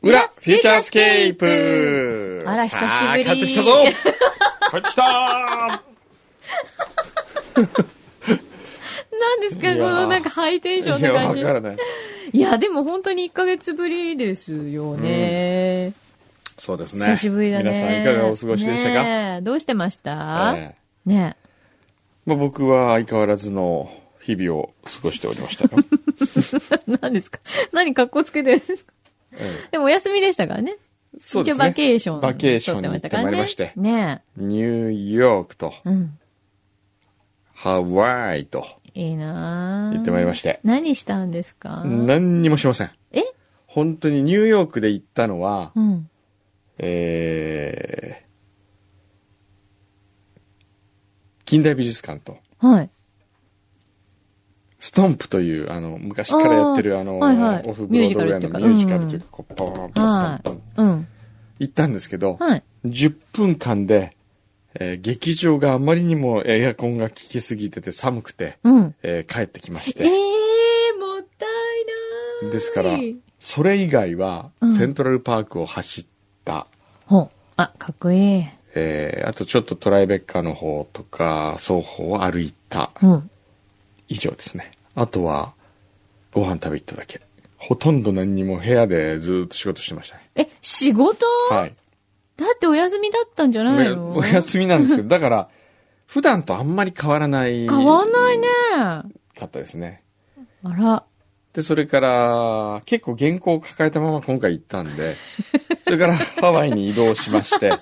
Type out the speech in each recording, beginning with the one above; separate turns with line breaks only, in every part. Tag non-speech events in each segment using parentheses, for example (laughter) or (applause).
フューチャースケープ
あら久しぶり
さあ帰ってきた
(laughs)
ぞ帰ってきた
何ですか
いやー
このなんかハイテンション
いや、
な感
わ
じ。
からない。
いや、でも本当に1ヶ月ぶりですよね。
そうですね。
久しぶりだね。
皆さんいかがお過ごしでしたか、
ねえどうしてました
ええ
ね (laughs) え
まあ、僕は相変わらずの日々を過ごしておりましたよ。
何ですか何格好つけてるんですか
(laughs) ええ
でもお休みでしたからね。
そうです
一
ね。
応バケーション。
バケーションに
取
行
っ
って
てましたから
まい
ね。
りまして。
ね
ニューヨークと
え。うん。
ハワイと
いいな
行ってまいりま
し
して。
何したんですか
何にもしません。
え
本当にニューヨークで行ったのは、
うん。
えー近代美術館と、
はい。
ストンプという、あの、昔からやってる、
あー
あの、
はいはい
オフブロードウェイのミュー
ミュー
ジ
ジ
カ
カ
ルとい
ルというう
か、こう、ポンポン
は
ポンポン
い。うん。
行ったんですけど、
はい。
10分間で、えー劇場があまりにもエアコンが効きすぎてて寒くて、
うん。
えー帰ってきまし
ええ
て。
もったいない。
ですから、それ以外は
う、ん
セントラルパークを走った、
ほ、あ、かっこいい。
えーあとちょっとトライベッカーの方とか、双方を歩いた。
うん。
以上ですねあとはご飯食べ行っただけほとんど何にも部屋でずーっと仕事してましたね
え、仕事、
はい
だってお休みだったんじゃないの
おお休みなんですけどだから普段とあんまり変わらない
変わんないね。
かったですね
あら。
でそれから結構原稿を抱えたまま今回行ったんでそれからハワイに移動しまして、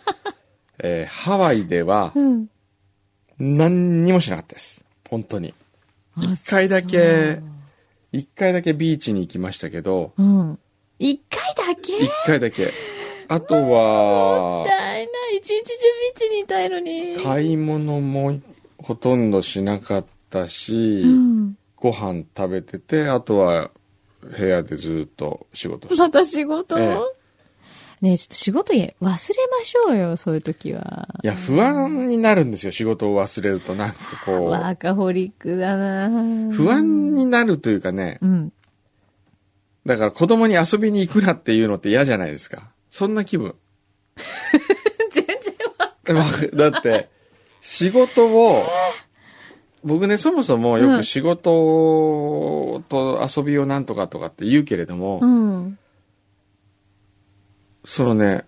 えーハワイでは
うん。
何にもしなかったです本当に一回だけ一回だけビーチに行きましたけど
そう。うん。一回だけ
一回だけあとは
もったいない。一日中ビーチにいたいのに。
買い物もほとんどしなかったし、
うん。
ご飯食べててあとは部屋でずっと仕事して、
また仕事、
え
ねえ、ちょっと仕事忘れましょうよ、そういう時は。
いや不安になるんですよ仕事を忘れるとなんかこ
ワーカホリックだな
う不安になるというかね
うん。
だから子供に遊びに行くなっていうのって嫌じゃないですかそんな気分
(laughs) 全然わ
だって仕事を僕ねそもそもよく仕事と遊びをなんとかとかって言うけれども、
うん。
そのね、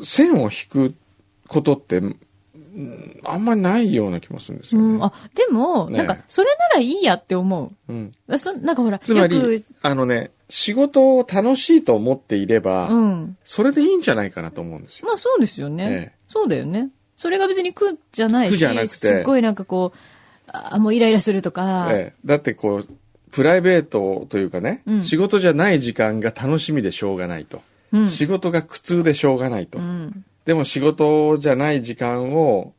線を引くことって、うんあんまりないような気もするんです
う
よね。
ん。あ、でも、
ねえ
なんか、それならいいやって思
うん
う。そなんかほら、
つま
よく
り、あのね、仕事を楽しいと思っていれば、
うん。
それでいいんじゃないかなと思うんですよ。
まあそうですよ
え
ね。
え
そうだよね。それが別に苦じゃない
苦
し、
じゃなくて
すっごいなんかこう、あもうイライラするとか、
ええだってこう、プライベートというかね、
うん
仕事じゃない時間が楽しみでしょうがないと。
うん。
仕事が苦痛でしょうがないと。
うん。
でも仕事じゃない時間を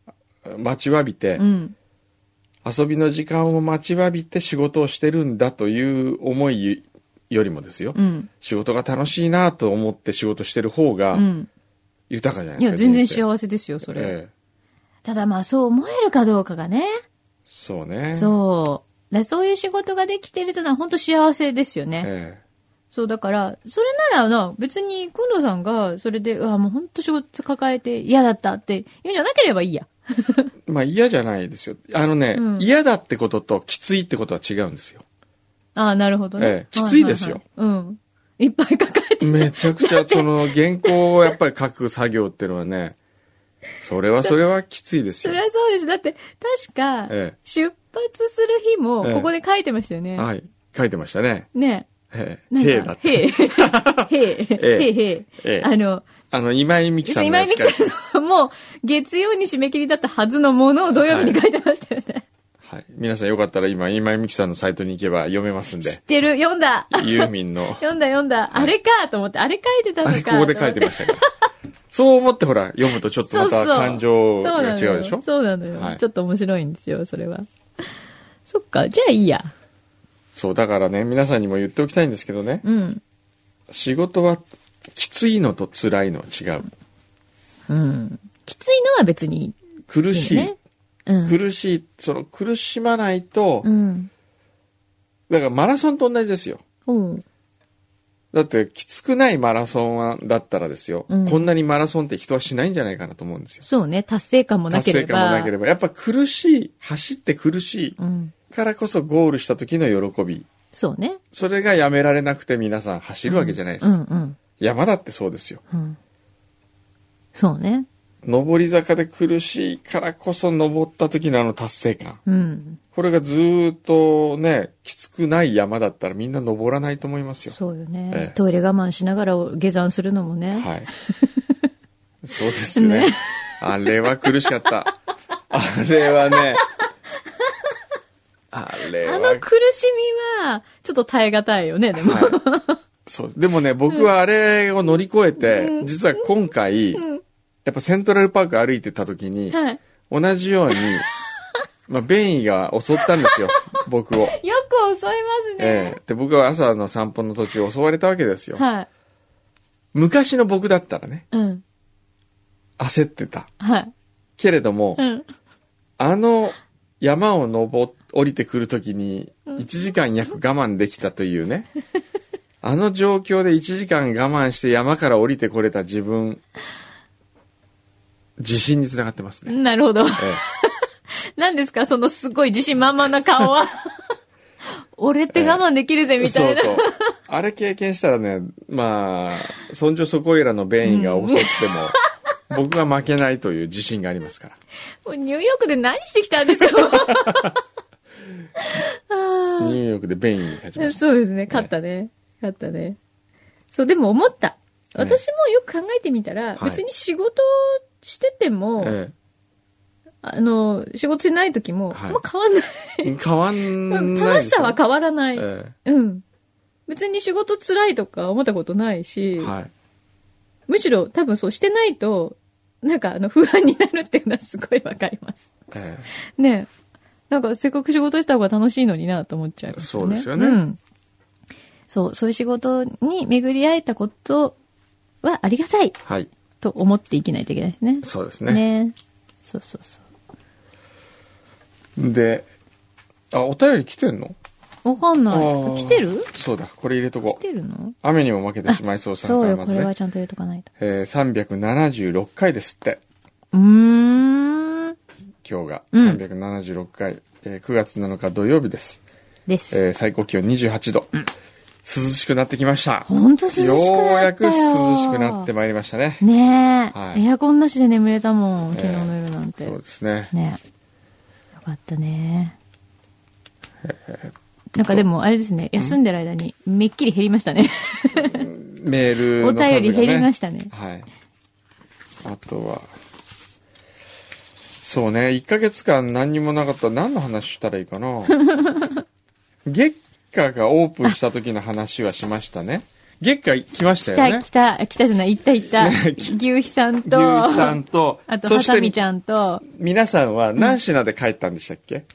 待ちわびて、
うん。
遊びの時間を待ちわびて仕事をしてるんだという思いよりもですよ、
うん。
仕事が楽しいなと思って仕事してる方
う
が
ん。
豊かじゃない
い
ですか。
や、全然
せ。
幸せですよ、それ。
ええ
ただまあそう思えるかどうかがね。
そうね。
そう。だそういう仕事ができてるというのは本当幸せですよね。
え
そう、だから、それならな、別に、くんどさんが、それで、うわ、もう本当仕事抱えて嫌だったって言うんじゃなければいいや。
えまあ嫌じゃないですよ。あのね、
うん
嫌だってことときついってことは違うんですよ。
ああ、なるほどね。
ええきついですよ
はははうん。いっぱい抱えて。
めちゃくちゃそ
(laughs)
の原稿をやっぱり書く作業っていうのはね、それはそれはきついです
そ
よ
りゃ。そうでしょ。だって、確か、
え
出発する日も、
ええ
ここで書いてましたよ
え
ね。
はい。書いてましたね。
ね
え
え。な
え。
ん
兵だ
か
っ、て。 (laughs)
へえ。へえ。へえ。へ
ええ
え。あの、
あの、今井美樹さんの
今
や
井
つ
美
書い
樹
て。
さんのもう、月曜に締め切りだったはずのものを土曜日に書いてましたよね。
はい。皆さんよかったら今、今井美樹さんのサイトに行けば読めますん
知 (laughs) っ
で、
てる読んだ。
ユーミンの
読んだ読んだ。あれかと思って、あれ書いてたの
あ
か
れ、ここで書いて
と
ました
(laughs)
から。そう思ってほら、読むとちょっとま
そう
た
そう
感情
思
が
って
違うでしょ
そうなのよ。そうなのよ、
はい
ちょっと面白いんですよ、それは。そっか、じゃあいいや。
そう、だからね、皆さんにも言っておきたいんですけどね、
うん。
仕事はきついのと辛いのは違う。
うん。きついのは別にい
苦
い
し
よね
い。。
うん。
苦しい。その苦しまないと
う、ん。
だからマラソンと同じですよ。
うん。
だって、きつくないマラソンだったらですよ、
うん
こんなにマラソンって人はしないんじゃないかなと思うんですよ。
そうね、達成感もなけ
達
れ
成
ば。
感もなければ。やっぱ苦しい、走って苦し
うん。
いからこそゴールした時の喜び。
そうね。
それがやめられなくて皆さん走るわけじゃないですか。
うんうん。
山だってそうですよ。
うん。そうね。
上り坂で苦しいからこそ登った時のあの達成感。
うん。
これがずーっとね、きつくない山だったらみんな登らないと思いますよ。
そうよね、
ええ
トイレ我慢しながら下山するのもね。 (laughs)
はい。そうですね。
ね
あれは苦しかった。あれは
(laughs)
ね。あれは。
あの苦しみは、ちょっと耐え難いよね、でも。
はい、そう。でもね、僕はあれを乗り越えて、
うん
実は今回、
ん
やっぱセントラルパーク歩いてた時に、
はい。
同じ
(laughs)
ように、まあ、便意が襲ったんですよ、僕を。
よく襲います
え
ね
え。で、僕は朝の散歩の途中襲われたわけですよ。
はい。
昔の僕だったらね、
うん。
焦ってた。
はい。
けれども、
うん。
あの山を登っ、降りてくるときに、1時間約我慢できたという
(laughs)
ね。あの状況で1時間我慢して山から降りてこれた自分、自信につながってますね。
なるほど。
ええ
何ですかそのすごい自信満々な顔 (laughs) は。俺って我慢できる (laughs) ぜ、みたいな。
そうそう。あれ経験したらね、まあ、そんじょそこいらの便意が襲っても、僕は負けないという自信がありますから。
もう (laughs) ニューヨークで何してきたんですかあ
ニューヨークで便意に勝ちま
ー
し
(laughs) そうですね。勝ったね。勝ったね。そう、でも思った。
ええ
私もよく考えてみたら、
はい
別に仕事してても、
た。え
あの、仕事してない時も、
はい
まあ変わんない。
え、変わんないですよ。
楽しさは変わらない。
え
うん。別に仕事辛いとか思ったことないし、
えはい。
むしろ多分そうしてないと、なんかあの不安になるっていうのはすごいわかります。
ええ
ねえなんかせっかく仕事した方が楽しいのになと思っちゃいますよね。
そうですよね
うん。そう、そういう仕事に巡り合えたことはありがたい
はい。
と思って生きないといけないですね。
そうですね。
ねえそうそうそう。
で、あ、お便り来てんの
わかんな
あー
い。来てる
そうだ、これ入れとこ
来
う。
てるの
雨にも負けてしまいそうさん
そ
か
う
ら
よ、
ま
こ
ず
れ
ね
は。ちゃんと入れとかないと。
えー、376回ですって。
うーん。
今日が。
うん
376回。えー、9月7日土曜日です。
です。
えー最高気温28度、涼しくなってきました
ほんと涼しくなった
よ
よ。
うやく涼しくなってまいりましたね
ねえ、
はい
エアコンなしで眠れたもん、
ええ
昨日の夜なんて。
そうですね
ねえ。よかったね。なんかでも、あれですね、休んでる間に、めっきり減りましたね。
メールの
お
数が、ね、
便り減りましたね。
はいあとはそうね1ヶ月間何にもなかったら何の話したらいいか
(laughs)
な月下がオープンした時の話はしましたね月下来ました
来
よ
た、
ね
来た、来たじゃない、行った行った。
ね
牛肥さんと、
牛さんと
あと、
そ
は
して
たみちゃんと、
皆さんは何品で帰ったんでしたっけ、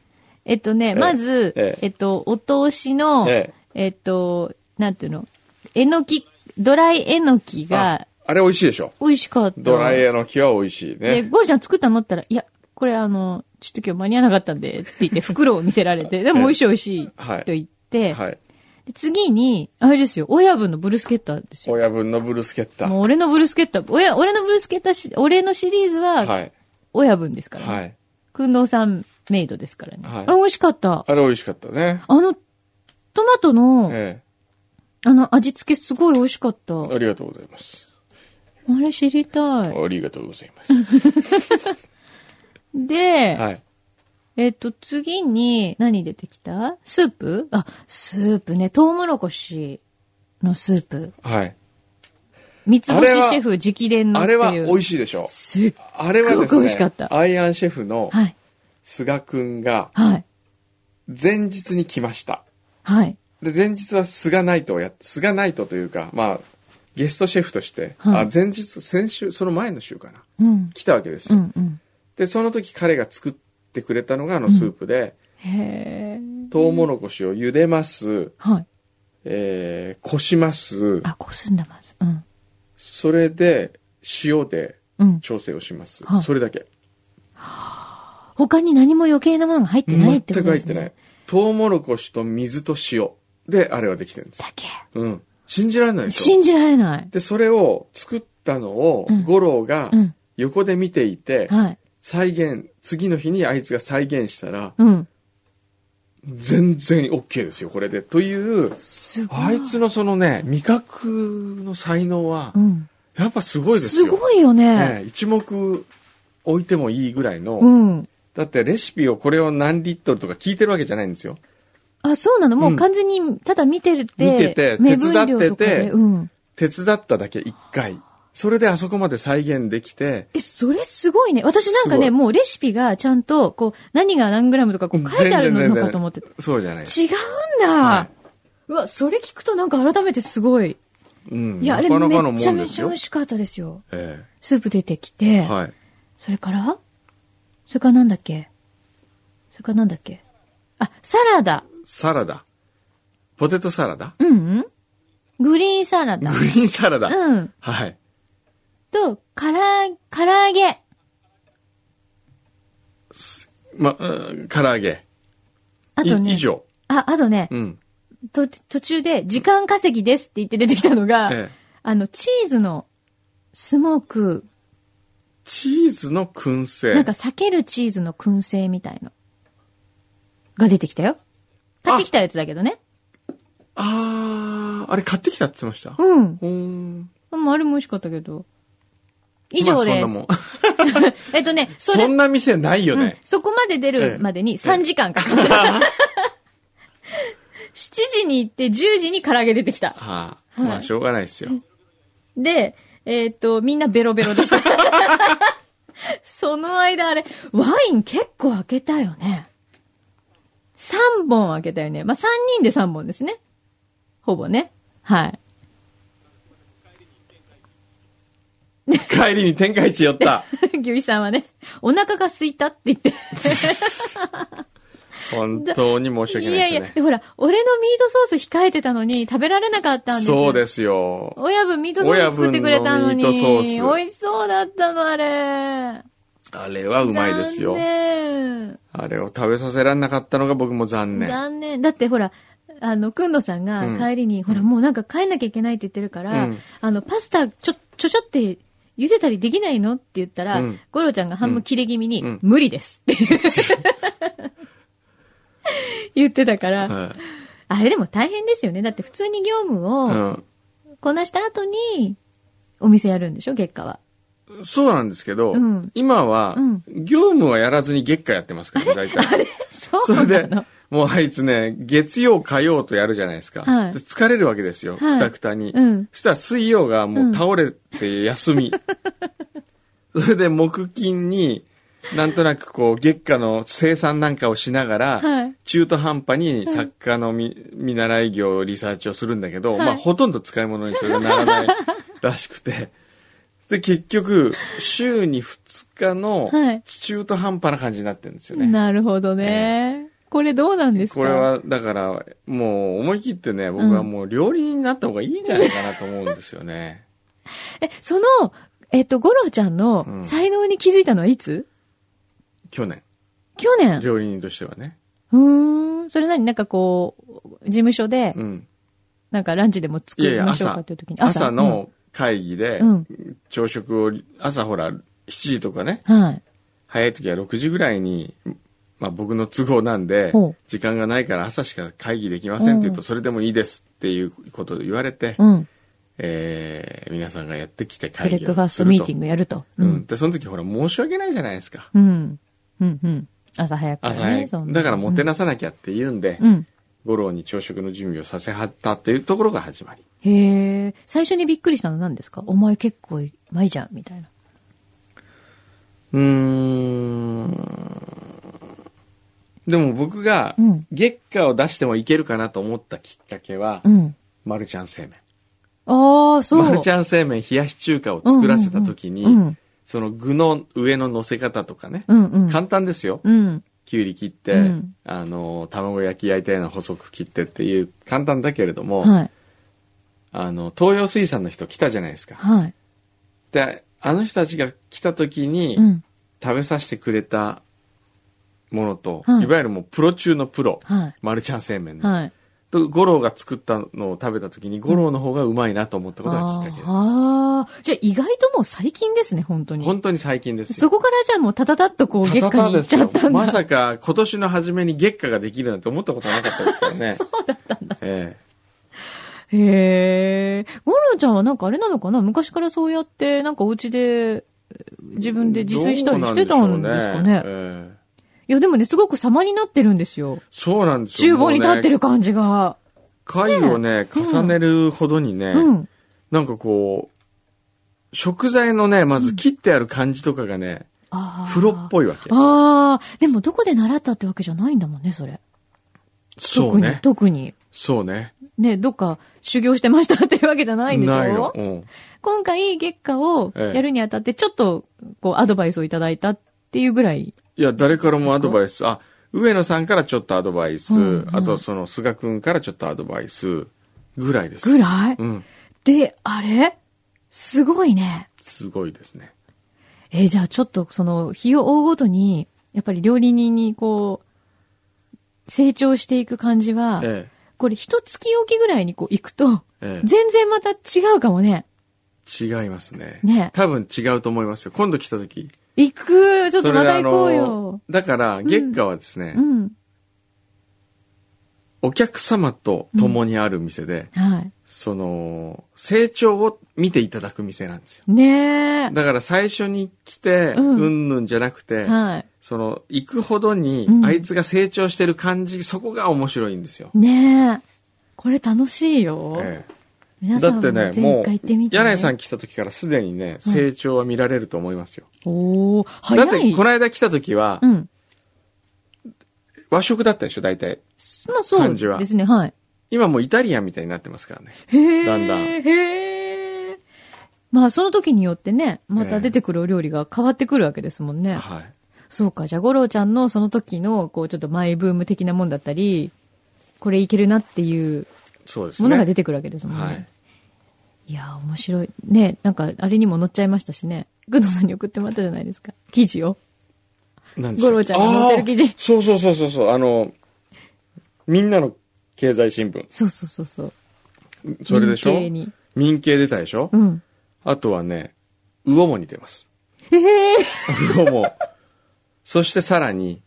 えっとね、
え
まず、
ええ
えっと、お通しの、
ええ
えっと、なんていうの、えのき、ドライえのき
あ
が、
あれ美味しいでしょ
美味しかった。
ドライヤーの木は美味しい
で、
ね。
ゴリちゃん作ったのって言ったら、いや、これあの、ちょっと今日間に合わなかったんで、って言って袋を見せ
(laughs)
られて、でも美味しい美味しい、
はい
と言って、
はい。
で次に、あれですよ、親分のブルスケッターですよ。
親分のブルスケッタ。
もう俺のブルスケッター、親、俺のブルスケッターし、俺のシリーズは、
はい。
親分ですからね。
はい。
くんどうさんメイドですからね。
はい
あ、美味しかった。
あれ美味しかったね。
あの、トマトの、
え
あの、味付けすごい美味しかった。
え。ありがとうございます。
あれ知りたい。
ありがとうございます。
で、
はい。
えっと、次に、何出てきたスープあ、スープね。トウモロコシのスープ。
はい。
三つ星
あれは
シェフ直伝のっ
あ
て
れ
いう。
は美味しいでしょ。
すっ
あれは
す
で
っご
す
く美味しかっ
ね、
た
アイアンシェフの
はい。
菅くんが
はい。
前日に来ました。
はい。
で、前日は菅ナイトをやっ菅ナイトというか、まあ、ゲストシェフとして、
はい
あ前日、先週、その前の週かな。
うん。
来たわけです
う
よ。
んうん。
で、その時彼が作ってくれたのがあのスープで、
へえ。
トウモロコシを茹でます、
はい。
えー、こします。
あ、こすんだまず。うん。
それで、塩で
うん。
調整をします。
はい
それだけ。
他に何も余計なものが入ってないっ
全
て
く
こと
入
で
っ
す
て
ね。
ない。トウモロコシと水と塩であれはできてるんです。
だけ。
うん。信じられないでしょ
信じられない。
で、それを作ったのを
うん、
五郎が
うん。
横で見ていて、
はい。
再現、次の日にあいつが再現したら、
うん。
全然 OK ですよ、これで。という、
すごい。
あいつのそのね、味覚の才能は
う、ん。
やっぱすごいです
す
よ。
ごいよね。
ね一目置いてもいいぐらいの、
うん。
だってレシピをこれを何リットルとか聞いてるわけじゃないんですよ。
あ、そうなのも
う
うん完全に、ただ見てるって、
見てて
目分量
手伝っ
とか
て
で。
て
うん。
手伝っただけ一回。それであそこまで再現できて、
え、それすごいね。私なんか
すごい
ね、もうレシピがちゃんと、こう、何が何グラムとかこう書いてある
全然全
の
然
かと思ってた。
そうじゃない。
違うんだ、
は
うわ、それ聞くとなんか改めてすごい。
うん。
いや、あ
な
れ
かなかの
め
も
ちゃ
んで
め
す
ちゃ
よ
美味。しかったですよ。
え
スープ出てきて、
えはい。
それからそれからなんだっけそれからなんだっけあ、サラダ。
サラダ。ポテトサラダ。
うん、うん、グリーンサラ
グ
ダ。
リーンサラダ。
うん。
はい。
と、から、唐揚げ。
ま、うん唐揚げ。
あとね。
い以上。
あ、あとね、
うん。
と、途中で、時間稼ぎですって言って出てきたのが、
ええ
あの、チーズのスモーク、
チーズの燻製。
なんか避けるチーズの燻製みたいの。が出てきたよ。買ってきたやつだけどね。
あー、あれ買ってきたって言ってました。
うん。
ほーん。
まあ、あれも美味しかったけど。以上です。
まあそんなもん。
えっとね、それ、
そんな店ないよ
うん
ね。、
そこまで出るまで
え
に
え
3時間かかった。7時に行って10時に唐揚げ出てきた。
はあ、
はい
まあ、しょうがないですよ。
で、えーっと、みんなベロベロでした。その間あれ、ワイン結構開けたよね。3本開けたよね。まあ、3人で3本ですね。ほぼね。はい。 (laughs)
帰りに天下一寄
(laughs)
った。
ギュイさんはね、お腹が空いたって言って。
本当に申し訳ないですね。
やいや、でほら、俺のミートソース控えてたのに食べられなかったんです
そう
す。
ですよ。
親分ミートソース作ってくれたのに。
親分のミートソース
美味しそうだったの、あれ。
あれはうまいですよ
残。念。
あれを食べさせられなかったのが僕も残念。
残念。だってほら、あの、くんどさん
うん
が帰りに、ほら、もうなんか帰んなきゃいけないって言ってるから、
うん
あの、パスタちょ、ちょちょって茹でたりできないのって言ったら、
うん
ゴロちゃんが半分切れ気味に、
うん
無理
(laughs)
ですって言ってたから、
はい
あれでも大変ですよね。だって普通に業
う
務を
ん
こなした後に、お店やるんでしょ月下は。
そうなんですけど、
うん
今は、
うん
業務はやらずに月下やってますから、大体。
そ
(laughs)
う
そ
な
れで
の。、
もうあいつね、月曜、火曜とやるじゃないですか。
はい
で疲れるわけですよ、
はい
くたくたに。
うん
そしたら水曜がもう倒れて休
(laughs)
み。それで木金に、なんとなくこう、月下の生産なんかをしながら、
はい
中途半端に作家のみ、見習い業、リサーチをするんだけど、
はい
まあほとんど使い物にそれがならないらしく
(laughs)
て。で、結局、週に2日の
はい
中途半端な感じになってるんですよね。
なるほどね。これどうなんですか
これは、だから、もう思い切ってね、僕はもう料理人になった方がいいんじゃないかなと思うんですよ
(laughs)
ね。
え、その、えっと、ゴロちゃん
う
の
ん
才能に気づいたのはいつ、
去年、
去年
料理人としてはね。
うーん。それ何なんかこう、事務所で、
うん。
なんかランチでも作
いやい
り
や、
ましょうか
朝
っていう時に。、
朝、の会議で
う、ん。
朝食を、朝ほら、7時とかね、
うんはい。
早い時は6時ぐらいに、まあ僕の都合なんで
ほう、
時間がないから朝しか会議できませんって言うと、それでもいいですっていうことを言われて、
うん。
えー皆さんがやってきて会
ブ
議を
レックファーストミーティン
グ。
グやると。う
うん。
ん。
で、その時ほら、申し訳ないじゃないですか。
うん。うん。うん。朝早くから
朝
ね
早。
そん
い。
な
だからもてなさなきゃって言うんで、
うん。
五郎に朝食の準備をさせはったっていうところが始まり。
へえ。最初にびっくりしたの何ですかお前結構うまいじゃん、みたいな。
うーん。でも僕が
うん、
月下を出してもいけるかなと思ったきっかけは
う、ん。
マルちゃん製麺。
ああ、そう。
マルちゃん製麺冷やし中華を作らせた時に、
うんうん
その具の上の乗せ方とかね、
うんうん。
簡単ですよ。
うん。
きゅうり切って、
うん
あの、卵焼き焼いたような細く切ってっていう、簡単だけれども、
はい。
あの、東洋水産の人来たじゃないですか。
はい。
で、あの人たちが来た時に、
うん。
食べさせてくれたものと、
はい
いわゆるもうプロ中のプロ、
はい。
マルちゃん製麺の、
はい。
と五郎が作ったのを食べた時に五郎の方がうまいなと思ったことがきっかけで
ああ。じゃあ意外ともう最近ですね、本当
す
に。
本当に最近です
そ
よ
こからじゃあもうタタタっとこう月下に行っちゃったんだ。
まさか今年の初めに月下ができるなんて思ったことなかったですから
(laughs)
ねそうだったんだえ
へえ。ゴロちゃんはなんかあれなのかな昔からそうやって、なんかお家で自分で
え
自炊したりしてたんです
ど
か
うなん
ね。
しょうええ
いやでもね、すごく様になってるんですよ。
そうなんです
厨
よ。
房に立って
る。
る感じが。
回をね、
うん
重ねるほどにね、
うん。
なんかこう、食材のね、まず切ってある感じとかがね、
あー
プロっぽいわけ。
ああ。でもどこで習ったってわけじゃないんだもんね、それ。
そうね。
特に。
そうね。
特に。ね、どっか修行してましたっていうわけじゃないんでしょ
の。うん。
今回月下をやるにあたって、ちょっと、こう、アドバイスをいただいたっていうぐらい。
いや、誰からもアドバイス。あ、上野さんからちょっとアドバイス。
うんうん
あと、その、菅くんからちょっとアドバイス。ぐらいです。
ぐらい
うん。
で、あれすごいね。
すごいですね。
えーじゃあちょっとその、日を追うごとに、やっぱり料理人にこう、成長していく感じは、
え
これ一月おきぐらいにこう行くと、
え。え
全然また違うかもね。
え。違いますね。
ね
多分違うと思いますよ。今度来た時。
行くちょっ
そ
と
れ
また
あ
行
の
こうよ。
だから、月下はですね、
うん。
お客様と共にある店で、
は
その、成長を見ていただく店なんですよ。
い。ね
だから最初に来て、
うん
うんぬんじゃなくて、
え。は
その、行くほどに
う、ん
あいつが成長してる感じ、そこが面白いんですよ。
い。ねえ。これ楽しいよ。
ええ
皆
だ
さん
っ
も
て
ぜ
ね、
ひ
も
一
う、
回行ってみて、ね。
柳井さん来た時からすでにね、
うん
成長は見られると思いますよ。
おお
だ
早い。
って、この間来た時は、
うん。
和食だったでしょ、大体。
まあそ
感じ
う
は
ですね、はい。
今もうイタリアンみたいになってますからね。
へー
だんだん
へーまあ、その時によってね、また出てくるお料理が変わってくるわけですもんね。
はい。
そうか、じゃあ、五郎ちゃんのその時の、こう、ちょっとマイブーム的なもんだったり、これいけるなっていう
そうですね。
ものが出てくるわけですもんね。
はいい、
やー、面白い。ね、なんか、あれにも載っちゃいましたしね。グッドさんに送ってもらったじゃないですか。記事を。
何でしたっけ
五郎ちゃんが載ってる記事
あーそうそうそうそうそう、あの、みんなの経済新聞。
そうそうそうそう。
それでしょ
民系に
民系出たでしょ、
うん。
あとはね、魚も似てます。 (laughs)
ええー、
魚も。そしてさらに、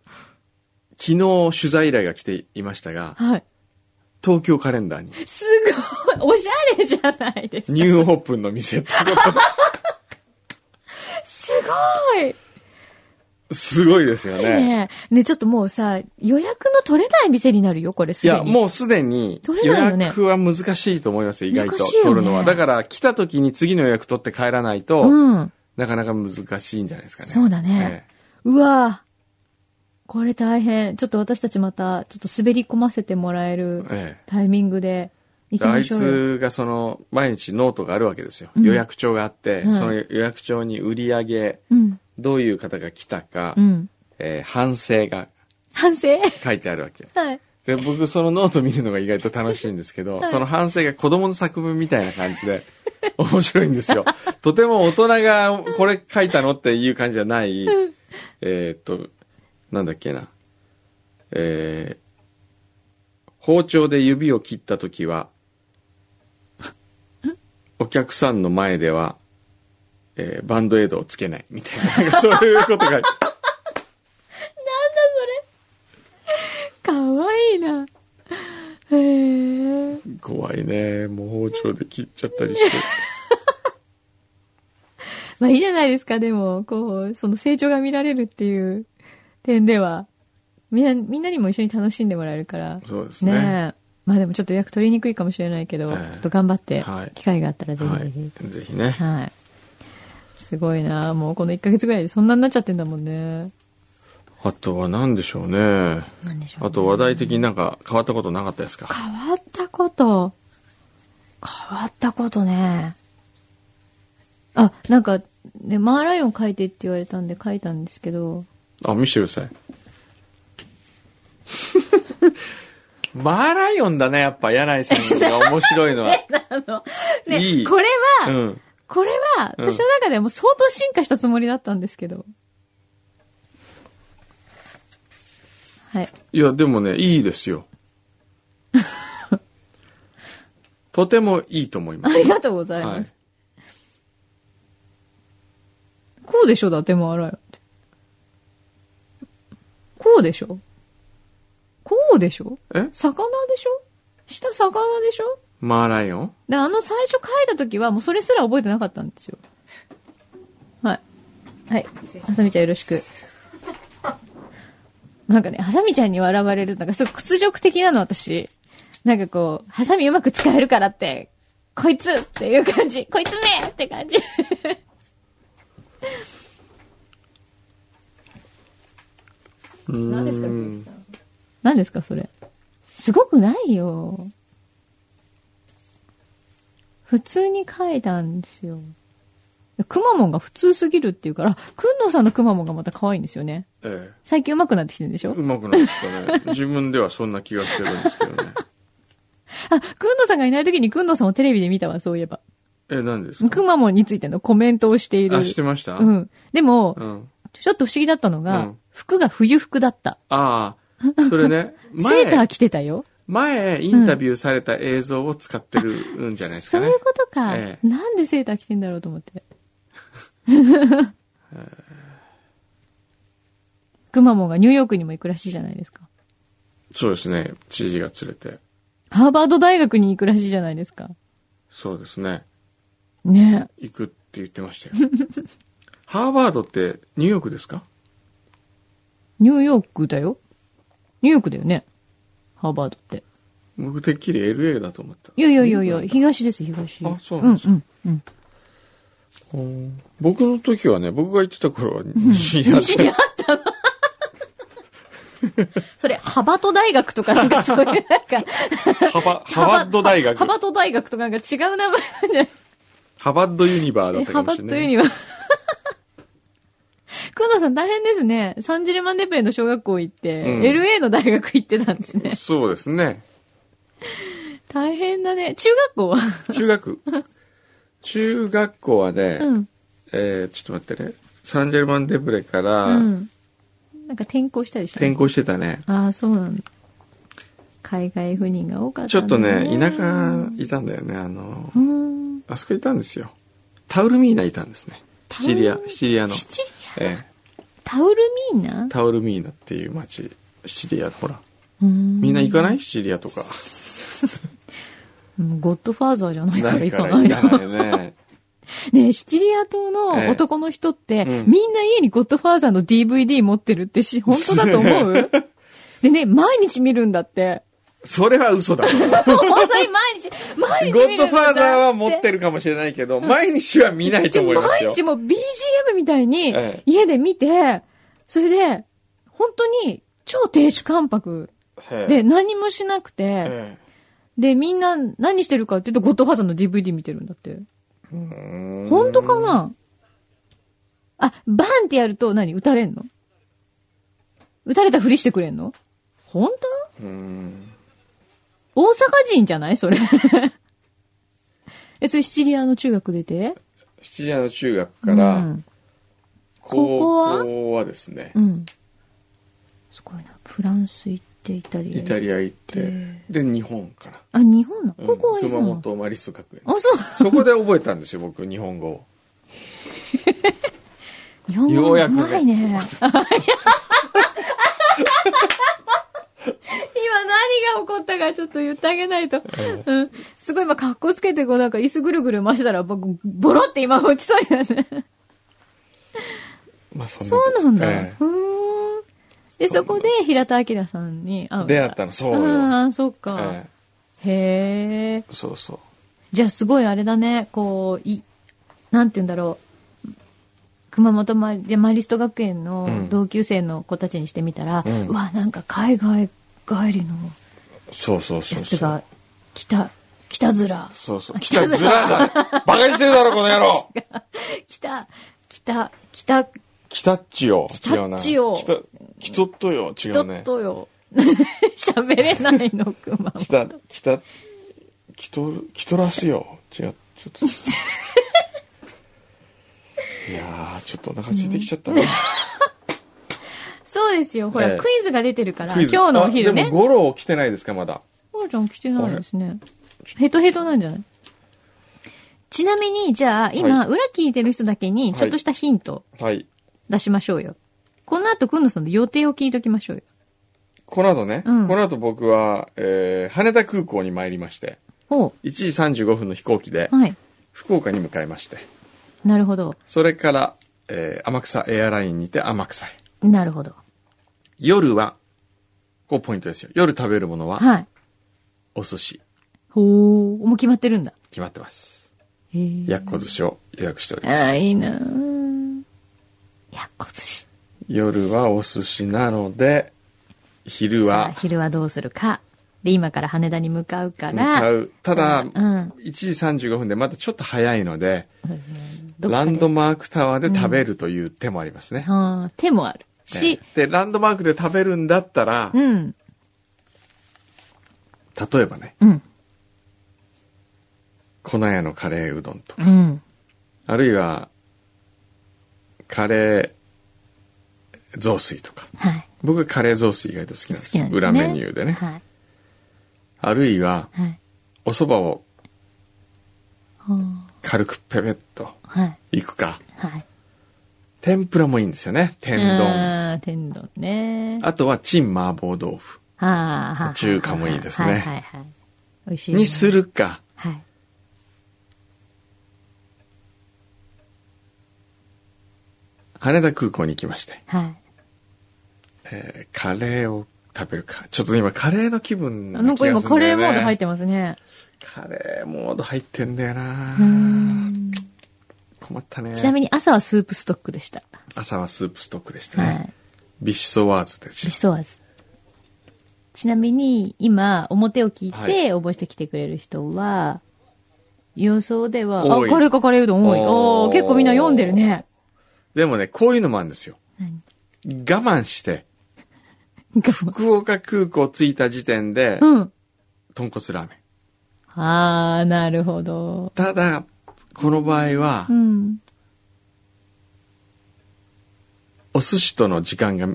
昨日取材依頼が来ていましたが、
はい。
東京カレンダーに、
すごい。おしゃれじゃないですか。
ニューオープンの店って
(laughs) すごい。
すごいですよね。
ねえ。ねえちょっともうさ、予約の取れない店になるよ、これす
い
でに。
や、もうすでに
取れ
予
ないよね
約は難しいと思いますよ、意外と。
難しいよね
取るのは。だから来た時に次の予約取って帰らないと、
うん。
なかなか難しいんじゃないですかね。
そうだね
ええ
うわぁこれ大変。ちょっと私たちまた、ちょっと滑り込ませてもらえる
え
タイミングで行
え、
き
あ
ま
い
しょうよ。
つがその毎日ノートがあるわけですよ、
うん
予約帳があって、
はい
その予約帳に売り上げ
うん。
どういう方が来たか、
うん。
えー反省が
反省 (laughs)
書いてあるわけ
はい。
で僕そのノート見るのが意外と楽しいんですけど、
はい
その反省が子供の作文みたいな感じで (laughs) 面白いんですよとても大人がこれ書いたのっていう感じじゃないえーっとなんだっけなえー包丁で指を切った時はお客さんの前では、えーバンドエイドをつけないみたいななんかそういうことが
(laughs) かわいいな。へえ。
怖いねもう包丁で切っちゃったり
(laughs)
して。
まあいいじゃないですか、でも、こう、その成長が見られるっていう点では、みんな、みんなにも一緒に楽しんでもらえるから。
そうです
ね
ね。
え。まあでもちょっと予約取りにくいかもしれないけど、
ええ
ちょっと頑張って
はい、
機会があったらぜひ
は
ぜひ。
い。ぜひね。
はい。すごいなもうこの1ヶ月ぐらいでそんなになっちゃってんだもんね。
あとは何でしょうね。
なんでしょう、ね。
あと話題的になんか変わったことなかったですか
変わったこと。変わったことね。あ、なんか、ね、マーライオン書いてって言われたんで書いたんですけど、
あ、見せてください。 (laughs) マーライオンだね、やっぱ、柳井さんが面白いの (laughs) は。
あの、ね、
いい
これ
う
は、
ん。
これは、
うん
私の中ではもう相当進化したつもりだったんですけど。はい。
(laughs) いや、でもね、いいですよ。とてもいいと思いま
あ
す。
りがとうございます。こうでしょだっても洗いって。こうでしょこうでしょ
え
魚でしょ下魚でしょ
マーライオン
で、あの最初書いた時はもうそれすら覚えてなかったんですよ。はい。はい。あさみちゃんよろしく。なんかね、ハサミちゃんに笑われる、なんかすごい屈辱的なの、私。なんかこう、ハサミうまく使えるからって、こいつっていう感じ。こいつめって感じ。何ですか、さん。何ですか、それ。すごくないよ。普通に書いたんですよ。くまモンが普通すぎるっていうから、くんのさんのくまモンがまた可愛いんですよね。
え
最近上手くなってきてるんでし
え。
ょ
うまくなったね。自分ではそんな気がしてるんですけどね。
あ、くんどさんがいない時にくんどさんをテレビで見たわ、そういえば。
え、何ですか
くまモンについてのコメントをしている。
あ、してました
うん。でも、
うん。
ちょっと不思議だったのが、
うん
服が冬服だった。
ああ、それ
(laughs)
ね、
セーター
前、
着てたよ。
前、インタビューされた映像を使ってるんじゃないです
そ
か
う
ね。
いうことか、
え
なんでセーター着てんだろうと思
(laughs)
って。くまモンがニューヨークにも行くらしいじゃないですか。
そうですね。知事が連れて。
ハーバード大学に行くらしいじゃないですか。
そうですね。
ね
行くって言ってました
(laughs)
よ。ハーバードってニューヨークですか
ニューヨークだよ。ニューヨークだよね。ハーバードって。
僕てっきり LA だと思った。
いやいやいやいや、
ニューヨークなんだ
東です、東。
あそうなんですか
うんうんうん。
うん僕の時はね、僕が行ってた頃は (laughs) 西にあった
(laughs) 西にあったのそれ、ハバト大学とかなんかそういう、なんか、
ハバ、ハバッド大 (laughs) 学
ハ。バト大学とかなんか違う名前なんじゃない
ハバッドユニバーだった
ハ
か
バ
も
ッ
しれ
ト
な
ユ
い。
ニは。 (laughs) くんどさん大変ですね。サンジェルマンデペの小学校行って、
うん
LA の大学行ってたんですね。
(laughs) そうですね。
大変だね。中学校は
中学。中学校はね、
うん。
えー、ちょっと待ってね。サンジェルマンデブレか
う
ら
ん。なんか転校したりしたの
転校してたね。
ああ、そうなんだ。海外赴任が多かった
ちょっとね、田舎
う
いたんだよね。あの、
ーん。
あそこいたんですよ。タウルミーナいたんですね。シチリア
タウ、ル
シチリアの。
シチリ
ええ
アタウルミーナ
タウルミーナっていう町、シチリア、ほら。
み
みんな行かないシチリアとか。
ゴッドファーザーじゃないから行かない
行
よ
か。ないよね。
ねえシチリア島の男の人って、
ええうん
みんな家にゴッドファーザーの DVD 持ってるっ
(laughs)
てし、本当だと思うでね、毎日見るんだ
(laughs)
って。
(laughs) それは嘘
(laughs)
だ。
本当に毎日、毎
ゴ
日見
ッ
る
ド
んだっ
ファー
て。
ザーは持ってるかもしれないけど、毎日は見ないと思いますよ
毎日。もう BGM みたいに
ええ
家で見て、それで、本当に超亭主関白
ええ
で、何もしなくて、
え
で、みんな何してるかって言うとゴッドファーザーの DVD 見てるんだって。
えうーん
本当かなあ、バンってやると何撃たれんの撃たれたふりしてくれんの本当
うーん
大阪人じゃないそれ。 (laughs) え、それシチリアの中学出て
シチリアの中学から、
うん。
高
高校は
校はですね、
うん。すごいな。フランス行って、イタリア。
イタリア行って、で、日本から。
あ、日本な
う
の
ん
高校は日
熊
本なの、
本マリス学園。
あ、そう。
そこで覚えたんですよ、僕、日本語を。
日本
よ
語
う
う
やくね
ま
(laughs)
いね。今何が起こったかちょっと言ってあげないと。うん。すごい今格好つけてこうなんか椅子ぐるぐる回したらぼボロって今落ちそうに
(laughs)
なるね。
まあ、そ
そうなんだ。
ええ
ふーん。で、
そう
そこで平田明さんに会うんだ
出会ったの、そうよ。
ああ、そっか。
え
へえ。
えそうそう。
じゃあすごいあれだね、こう、い、なんて言うんだろう。熊本マリマリスト学園
う
の
ん
同級生の子たちにしてみたら、う
うん
わ、なんか海外帰りの
そうそうそうそう。
やつが来た、来たずら、
そうそう。
あ
来たずらだ。バカにしてるだろ、この野
(laughs)
郎。
来た、来た、来た、
きたっちよ。
きたっち
違うな
よ
きたきとっとよ。違
人
うね。
とよ。 (laughs) 喋れないの、熊
き
本。
た、きた、きと、きとらすよ。違う、ちょっ (laughs) と。いやー、ちょっとお腹空いてきちゃったな。
そうですよ、ほら、
ええ
クイズが出てるから、
クイズ
今日のお昼
あ
ね
で。も、ゴロ来てないですか、まだ。
ほらちゃん来てないですね。ヘトヘトなんじゃないちなみに、じゃあ、今、裏聞いてる人だけに、ちょっとしたヒント
はい。
出しましょうよ。この後、くんのさんの予定を聞いときましょうよ。
この後ね、
うん
この後僕は、えー、羽田空港に参りまして、
ほ
1時35分の飛行機で
う。、はい。
福岡に向かいまして、
なるほど。
それから、えー、天草エアラインにて天草へ。
なるほど。
夜は、ここポイントですよ。夜食べるものは、
はい。
お寿司、
ほう。もう決まってるんだ。
決まってます。
へえ。
やっこ寿司を予約しております。
ああ、いいなぁやっこ寿司。
夜はお寿司なので、昼
さあ、
は、
昼はどうするか。で、今から羽田に向かうか
向
ら。
かう。ただ、
うん
1時35分でまたちょっと早いので、
そうですねどっか
ラ
で
ンドマークタワーで食べるという手もありますね。
はあ、手もある。し、
で、ランドマークで食べるんだったら、
うん、
例えばね、
うん、
粉屋のカレーうどんとか、
うん。
あるいは、カレー雑炊とか。
はい。
僕はカレー雑炊意外と好き
好
なんです
きなんですね。
裏メニューでね。
はい。
あるいは、
はい。
お蕎麦を
は
軽くペペッと
あはい。
いくか、
はい。
天ぷらもいいんですよね。天丼。
あー天丼ね。
あとは、陳麻婆豆腐
はあはあはあ
中華もいいですね
はいはいはい。美味しいね。
にするか、
はい。
羽田空港に行きまして、
はい。
えーカレーを食べるか。ちょっと今、カレーの気分な
あなん
気が
か
する
今
んだよね。
カレーモード入ってますね。
カレーモード入ってんだよな
うーん
困ったね。
ちなみに朝はスープストックでした。
朝はスープストックでしたね。
はい。
ビシソワーズで
味噌味。ちなみに、今、表を聞い
は
て
い
応募してきてくれる人は、予想では、
多
あ、
い
カレーかカレーうどん多い。
おー
おー結構みんな読んでるね。
でもね、こういうのもあるんですよ。
何
我慢して、福岡空港着いた時点で、
うん。
豚骨ラーメン。
あー、なるほど。
ただ、この場合は
う、ん。
お寿司との時間が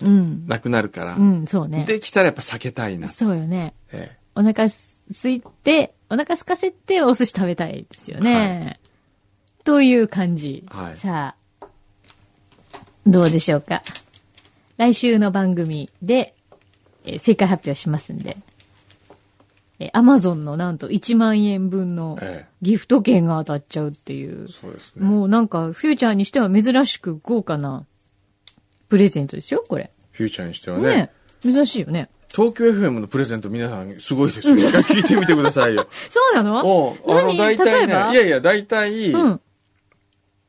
うん。
なくなるから、
うん、そうね。
できたらやっぱ避けたいな。
そうよね。
ええ
お腹す空いて、お腹空かせてお寿司食べたいですよね。という感じ。
はい
さあ、どうでしょうか。来週の番組で、えー正解発表しますんで。えー、アマゾンのなんと1万円分の
ええ
ギフト券が当たっちゃうっていう。
そうですね。
もうなんか、フューチャーにしては珍しく豪華なプレゼントですよ、これ。
フューチャーにしてはね、
ね珍しいよね。
東京 FM のプレゼント皆さんすごいですよ。一回聞いてみてくださいよ。
(laughs) そうなの
おうあの、
何
大
例
体
え
ね、い
ば
やいや、大体、
うん。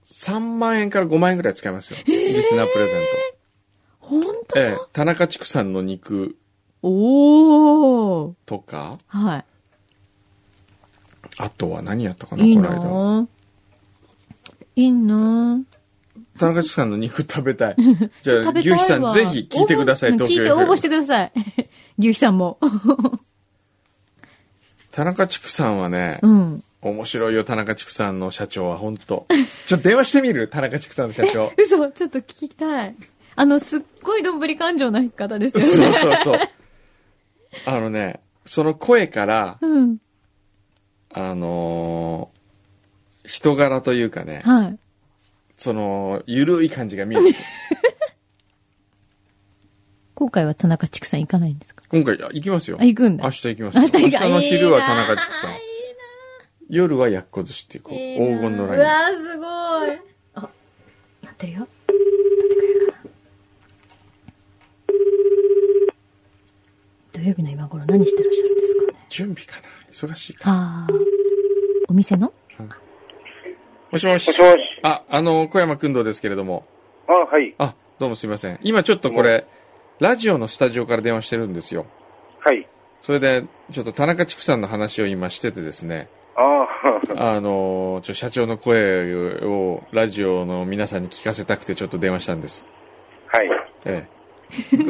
3万円から5万円ぐらい使いますよ。リスナープレゼン
本
ト。
当、
ええ、田中畜産の肉
おお
とか、
は。
あとは何やったかない
いい
この間。
ないいな
田中畜産の肉食べ
(laughs)
たい。じゃ
食
あ、
べ
牛肥
た
さ
いわ
ん、ぜひ聞いてください、
応募
東京
聞いて応
FM
募してください。 (laughs) 牛肥さんも。
田中畜産はね
う、ん。。
面白いよ、田中畜産の社長は、本当ちょっと電話してみる田中畜産の社長
嘘、ちょっと聞きたい。あの、すっごいどんぶり感情な方です
そう
よね。
そうそう。あのね、その声から、
うん。
あのー人柄というかね、
はい。
その、ゆるい感じが見える。
今回は田中畜さん行かないんですか
今回、あ行きますよ。
あ行くんだ
明日行きますよ。
明日行か
の昼は田中
いい
畜
な
さん
ぁ。
夜はやっこ寿司っていう、こう、
いいなぁ
黄金の
う
ライ
わーすごい。あ、なってるよ。なってくれるかな。土曜日の今頃何してらっしゃるんですかね。
ン。準備かな忙しいか。
ああ。お店の
もしもし
も。しもし。
あ、あの、小山君堂ですけれども。
あ、はい。
あ、どうもすいません。今ちょっとこれ、ラジオのスタジオから電話してるんですよ。
はい。
それで、ちょっと田中畜産の話を今しててですね、
あー (laughs)
あの、ちょ、社長の声をラジオの皆さんに聞かせたくてちょっと電話したんです。
はい。 (laughs)
ええ。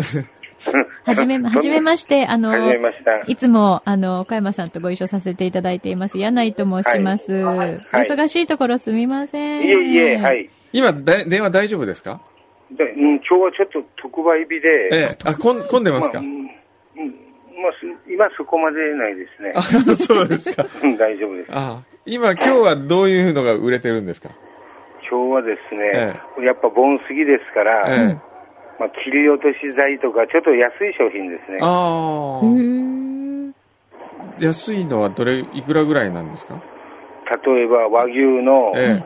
はじめ、はじめまして、あの
は、じめました。
いつも、あの、岡山さんとご一緒させていただいています。柳井と申します。
はい
お忙しいところすみません。
いえいえ、は。い。
今、だ電話大丈夫ですか
でうん今日はちょっと特売日で、
ええ。あ、こん混んでますか
うんうんまあ、す今そこまでないですね
(laughs) あ。そうですか。
うん (laughs) 大丈夫です。
あ今、今日はどういうのが売れてるんですか
今日はですね
え、
やっぱ盆過ぎですから、
ええ。
まあ、切り落とし材とか、ちょっと安い商品ですね。
ああ。
へー
安いのはどれ、いくらぐらいなんですか
例えば和牛の、
え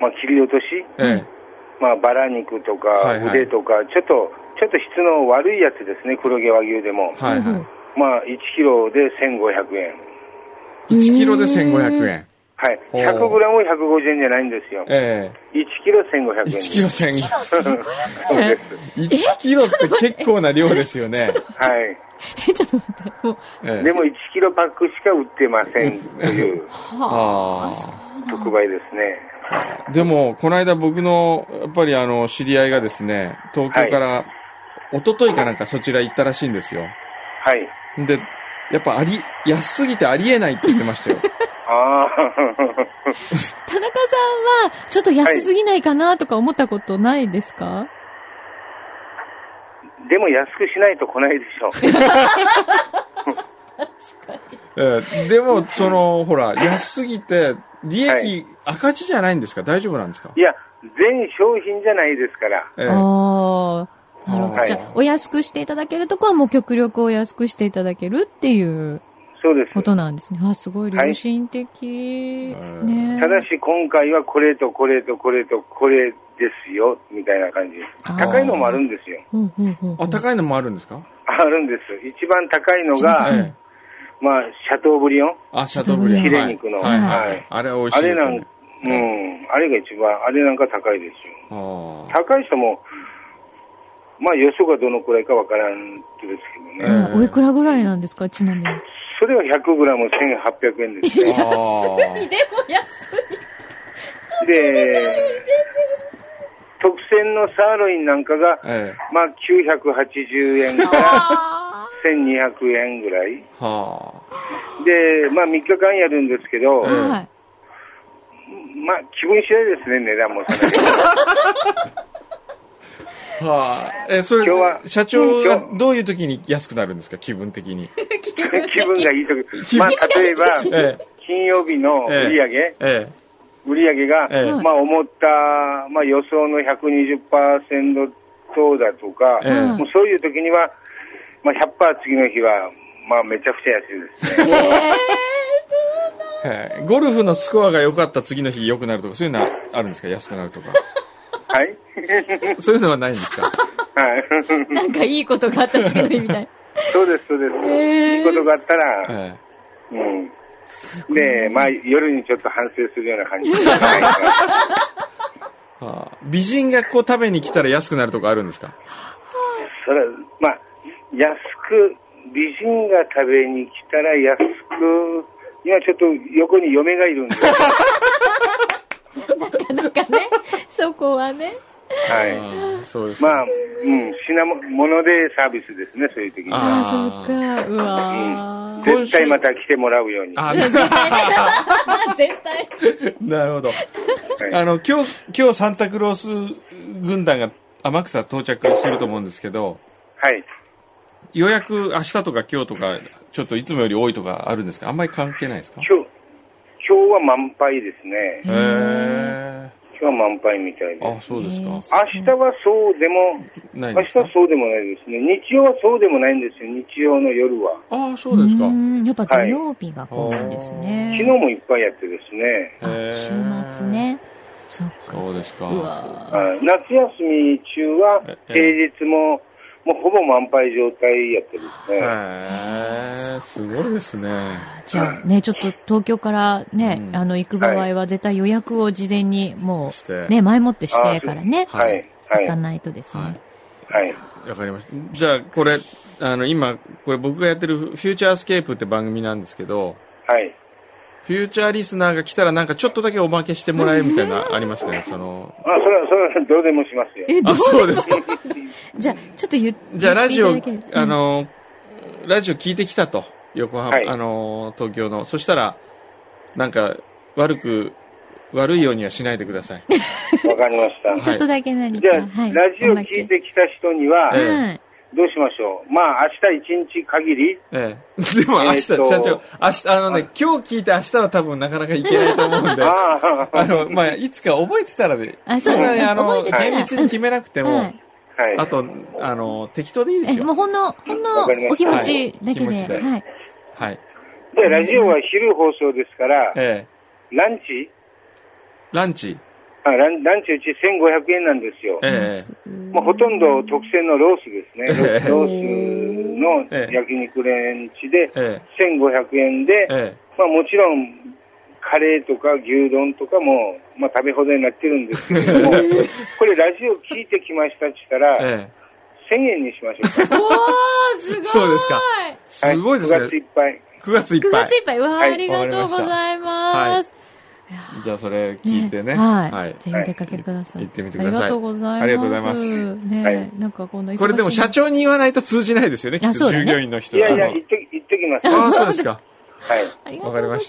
まあ、切り落とし、
え。え
まあ、バラ肉とか、
はいはい
腕とか、ちょっと、ちょっと質の悪いやつですね、黒毛和牛でも。
え。はい
うんう
は
ん
まあ、1キロで1500円。
い。1キロで1500円。
はい。
おー
100グラム150円じゃないんですよ。
え
1キロ1500円
え。
で
1
す。
キロ1500円。
そう
え
です。
1キロって結構な量ですよね。
は
(laughs)
い。
ちょっと待って、もう、
え
で
え。
も1キロパックしか売ってませんという
はあ、
あー
そうなん
特売ですね。
でも、この間僕の、やっぱりあの、知り合いがですね、東京から、一昨日かなんかそちら行ったらしいんですよ。
はい。
で、やっぱあり、安すぎてありえないって言ってま
(laughs)
したよ。
あ
田中さんは、ちょっと安すぎないかなとか思ったことないですか、
あ。 (laughs) でも安くしないと来ないでしょ。
ええでも、その、ほら、安すぎて、利益、
はい
赤字じゃないんですか大丈夫なんですか
いや、全商品じゃないですから。
ええ
ああ、なるほど。
はい
じゃあ、お安くしていただけるとこはもう極力お安くしていただけるっていう
そうです。
ことなんですね。あ、すごい
はい
良心的。
ー
ね
ただし今回はこれとこれとこれとこれですよ、みたいな感じ。
あー
高いのもあるんですよ。
ほうほうほうほう
あ、高いのもあるんですか
あるんです。一番高いの
え
が、
え。
まあ、シャトーブリオン。
あ、シャトーブリアン。
ヒ
レ肉の
はいはいは
はいい。
あれ美味し
あ
い
れ
ですよ
なん、
ね。
うん、あれが一番、あれなんか高いですよ。
ああ。
高い人も、まあ、予想がどのくらいかわからんとですけどね。
うんおいくらぐらいなんですかちなみに。で
それは100グラム1800円
(laughs)
ですね。
あ
(laughs)
あ。
も安
で、特選のサーロインなんかが、
ええ。
まあ、980円
(laughs)
から
あ
1200円ぐらい。
はあ。
で、まあ、3日間やるんですけど、
ー
え
はい。
まあ、気分次第ですね、値
(laughs)
段もそんなに。
はあ、え、それ
今日は、
社長
うん
が
今日
どういう時に安くなるんですか、気分的に。
気分がいいと
(laughs)
き。まあ、例えば、
ええ、
金曜日の売り上げ、
え
売り上げが、
ええ
まあ、思った、まあ、予想の120%等だとか、
ええ
もうそういう時には、まあ、100%次の日は、まあ、めちゃくち
(laughs)
ゃ安いですね。
ええ
え、ええゴルフのスコアが良かった次の日良くなるとか、そういうのはあるんですか、安くなると
(laughs)
か。
はい。
そういうのはないんですか。
はい。
ー、なんかいいことがあった次の日みたい。
そうです、そうです。
ええ
いいことがあったら、
え
うん。で、まあ、夜にちょっと反省するような
(laughs)
感じですね。
え、はあ、美人がこう食べに来たら安くなるとかあるんですか。
それはまあ、安く、美人が食べに来たら安く、今ちょっと横に嫁がい
(laughs)
るんです。
なかなかね、そこはね。
はい。
ああそうですか。
まあ、うん、品物でサービスですね、そういう時に。
あ
ああ、そっか。うわー。
絶対また来てもらうように。は
あ
い、
な
(laughs) 絶対。
(laughs)
なるほど。あの、今日、今日サンタクロース軍団が天草到着すると思うんですけど、
はい。
予約明日とか今日とか、ちょっといつもより多いとかあるんですかあんまり関係ないですか
今日、今日は満杯ですね。
へ
今日は満杯みたい
ーあ
で、す。
そうですか。
明日はそうでも、
ない
明
です
日
か
はそうでもないですね。日曜はそうでもないんですよ、日曜の夜は。
ああ、そうですか。
うー
へ
んやっぱ土曜日がこうなんですね。
昨日もいっぱいやってですね。
あ
ー
週末。ね。そっか。
そうですか。
うわー
はい夏休み中は
ええ
平日も、もうほぼ満杯状態やってるんです
へ
ね。
ーすごいですね。
じゃあね、ちょっと東京からね、
うん
あの、行く場合は絶対予約を事前にも
して
う、ね、前もってしてからね、
は
はいい、は
行
い、
か
はい。
ないとです
は
ね。
い。わかりました。じゃあ、これ、あの、今、これ僕がやってるフューチャースケープって番組なんですけど、
はい。
フューチャーリスナーが来たらなんかちょっとだけおまけしてもらえるみたいなのありますかね、その。
まあ、それは、それはどうでもしますよ。
え、ど
あ、
う
そうですか。
じゃあ、ちょっと言っ
じゃあラジオ
言っていただけ、る
あの、ラジオ聞いてきたと。横浜、
はい
あの、東京の。そしたら、なんか、悪く、悪いようにはしないでください。
わかりまし
(laughs)
た。
ちょっとだけ何
じ
か、
ゃあ、
はい。
ラジオ聞いてきた人には、
ええ
はい。
どうしましょう。まあ、明日一日限り、
ええ。でも明日、
え
社
ーと
長、明日、あのね、今日聞いて明日は多分なかなかいけないと思う
(laughs)
んで、あ
ああ、はい。
の、まあ、いつか覚えてたらで、
あそう
そんなにあ
覚え
の、
てたら
厳密に決めなくても、
はい。
あと、あの、適当でいいで
え、
す
も
よ。
うほんの、ほん
わかり
の
ま
お気
した
持ちだけ
はい気持
で、
ちで
はい。
はい。
で、ラジオは昼放送ですから、
ええ。
ランチ
ランチ、
あランランチうち1500円なんですよ。
え
もうほとんど特製のロースです
ええ
ね。ロースの焼肉レンチで
え、え
1500円で
え、、え
まあもちろん、カレーとか牛丼とかも、まあ食べ放題になってるんですけれど
(laughs)
も、これラジオ聞いてきましたって言った
え、
ら、
ええ。
1000円にしましょう
お
か。
ー、すごい
そうですか
は
(laughs) すごいです
9月い
ね。
っぱい。
9月いっ
9
ぱい
月。いっぱい。わあ、
はい
ありがとうございます。
じゃあそれ聞いてね。
はい。
はい。
ぜひお出かけください。
行ってみてください
ありがとうございます。
ありがとうございます
ねえ、
はい
なんかこの忙しい
これでも社長に言わないと通じないですよね、きっ
あそ
と
うだ
従
ね
業員の人
いやいや、
あの
行って、行ってきます。
ああ、そうです
(laughs)
か。
はい。
ありがと
わ
う
かり
ござい
ま
ま
し
す。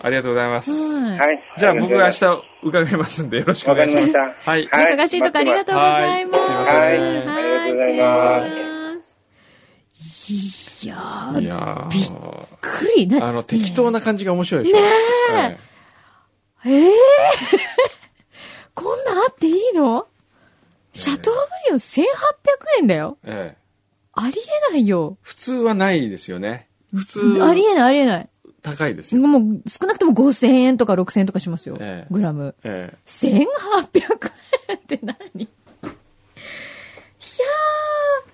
た。ありがとうございます。
はい
はい。
じゃあ僕
りがとうござい
明
ます
日伺いますんでよろしくお
わか
願い
り
しま。
ますした。
はい
はい
忙しいとこありがとうございます。
はいすいま
せん
はい
はいありがとうござい
ます。いやー、
い
びっ
やー
くり。な
あの、適当な感じが面白いでしょ。ねえ。
ええ (laughs) こんなんあっていいのシャトーブリオン1800円だよ。
ええ
ありえないよ。
普通はないですよね。普
あり
通、
えない、ありえない。
高いですよ。
もう、少なくとも5000円とか6000円とかしますよ。
ええ
グラム。
え
1800円って何 (laughs) いやー。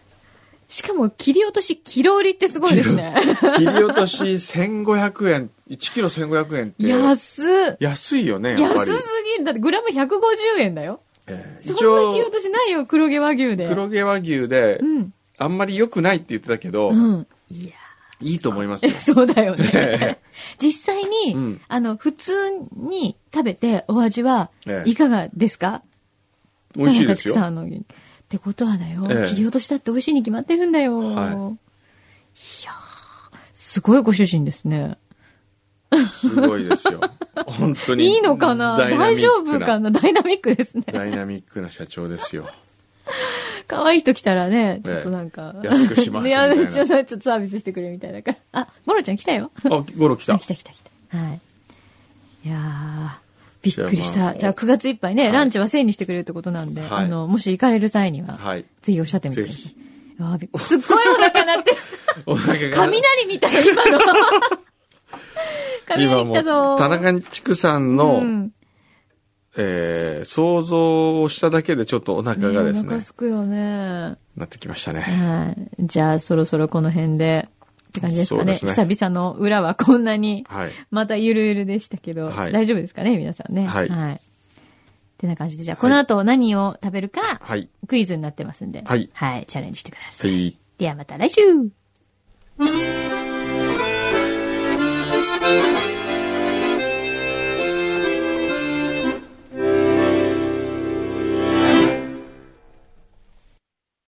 しかも、切り落とし、キロ売りってすごいですね。
え切り落とし1500円、1キロ1500円って、
安っ。
安いよね、やっぱ
安す
り。
ぎる。だって、グラム150円だよ。
ええ
そんな
一
切り
応
落、としないよ、黒毛和牛で。
黒毛和牛で
う、ん。
あんまり良くないって言ってたけど、
うん。いや。
いいと思いますよ
そうだよね。実際に、
うん
あの、普通に食べてお味は
ええ
いかがですか、
美味しいですよ
(laughs) 田。中畜産のってことはだよ、
ええ
切り落としだって美味しいに決まってるんだよ。
はい
い、やーすごいご主人ですね。
すごいですよ。本当に。
いいのかな
ダイナミ
大
ッ
丈
ク
夫かなダイナミックですね。
ダイナミックな社長ですよ。
可愛い人来たらね、ちょっとなんか。
ええ安くしますみ
(laughs) い
たい
や、
な
ちょっとちょっとサービスしてくれみたいだから。あ、ゴロちゃん来たよ。
あ、ゴロ来た
(laughs) あ。来た来た来た。はい。いやー。びっくりし
じゃあまあ
た。じゃあ9月いっぱいね、
い
ランチは1000にしてくれるってことなんで、
はい
あの、もし行かれる際には、
はい。
ぜひおっしゃってみてくださ
ぜ
い。うわーびっすっごいお腹鳴
(laughs)
ってる。
お腹が。
雷みたい、今の。 (laughs) 雷来た
(laughs) 今も
ぞ。
う田中畜産の、
うん
えー、想像をしただけでちょっとお腹がです
ねお
ね、
腹すくよね。
なってきましたね。
はい。じゃあ、そろそろこの辺で、って感じですかね。
そうですね
久々の裏はこんなに、
はい。
(laughs) またゆるゆるでしたけど、
はい
大丈夫ですかね、皆さんね。
はい
ってな感じで、じゃあ、この後何を食べるか、
はい。
クイズになってますんで、
はい
はい、チャレンジしてください。
はい。
ではまた来週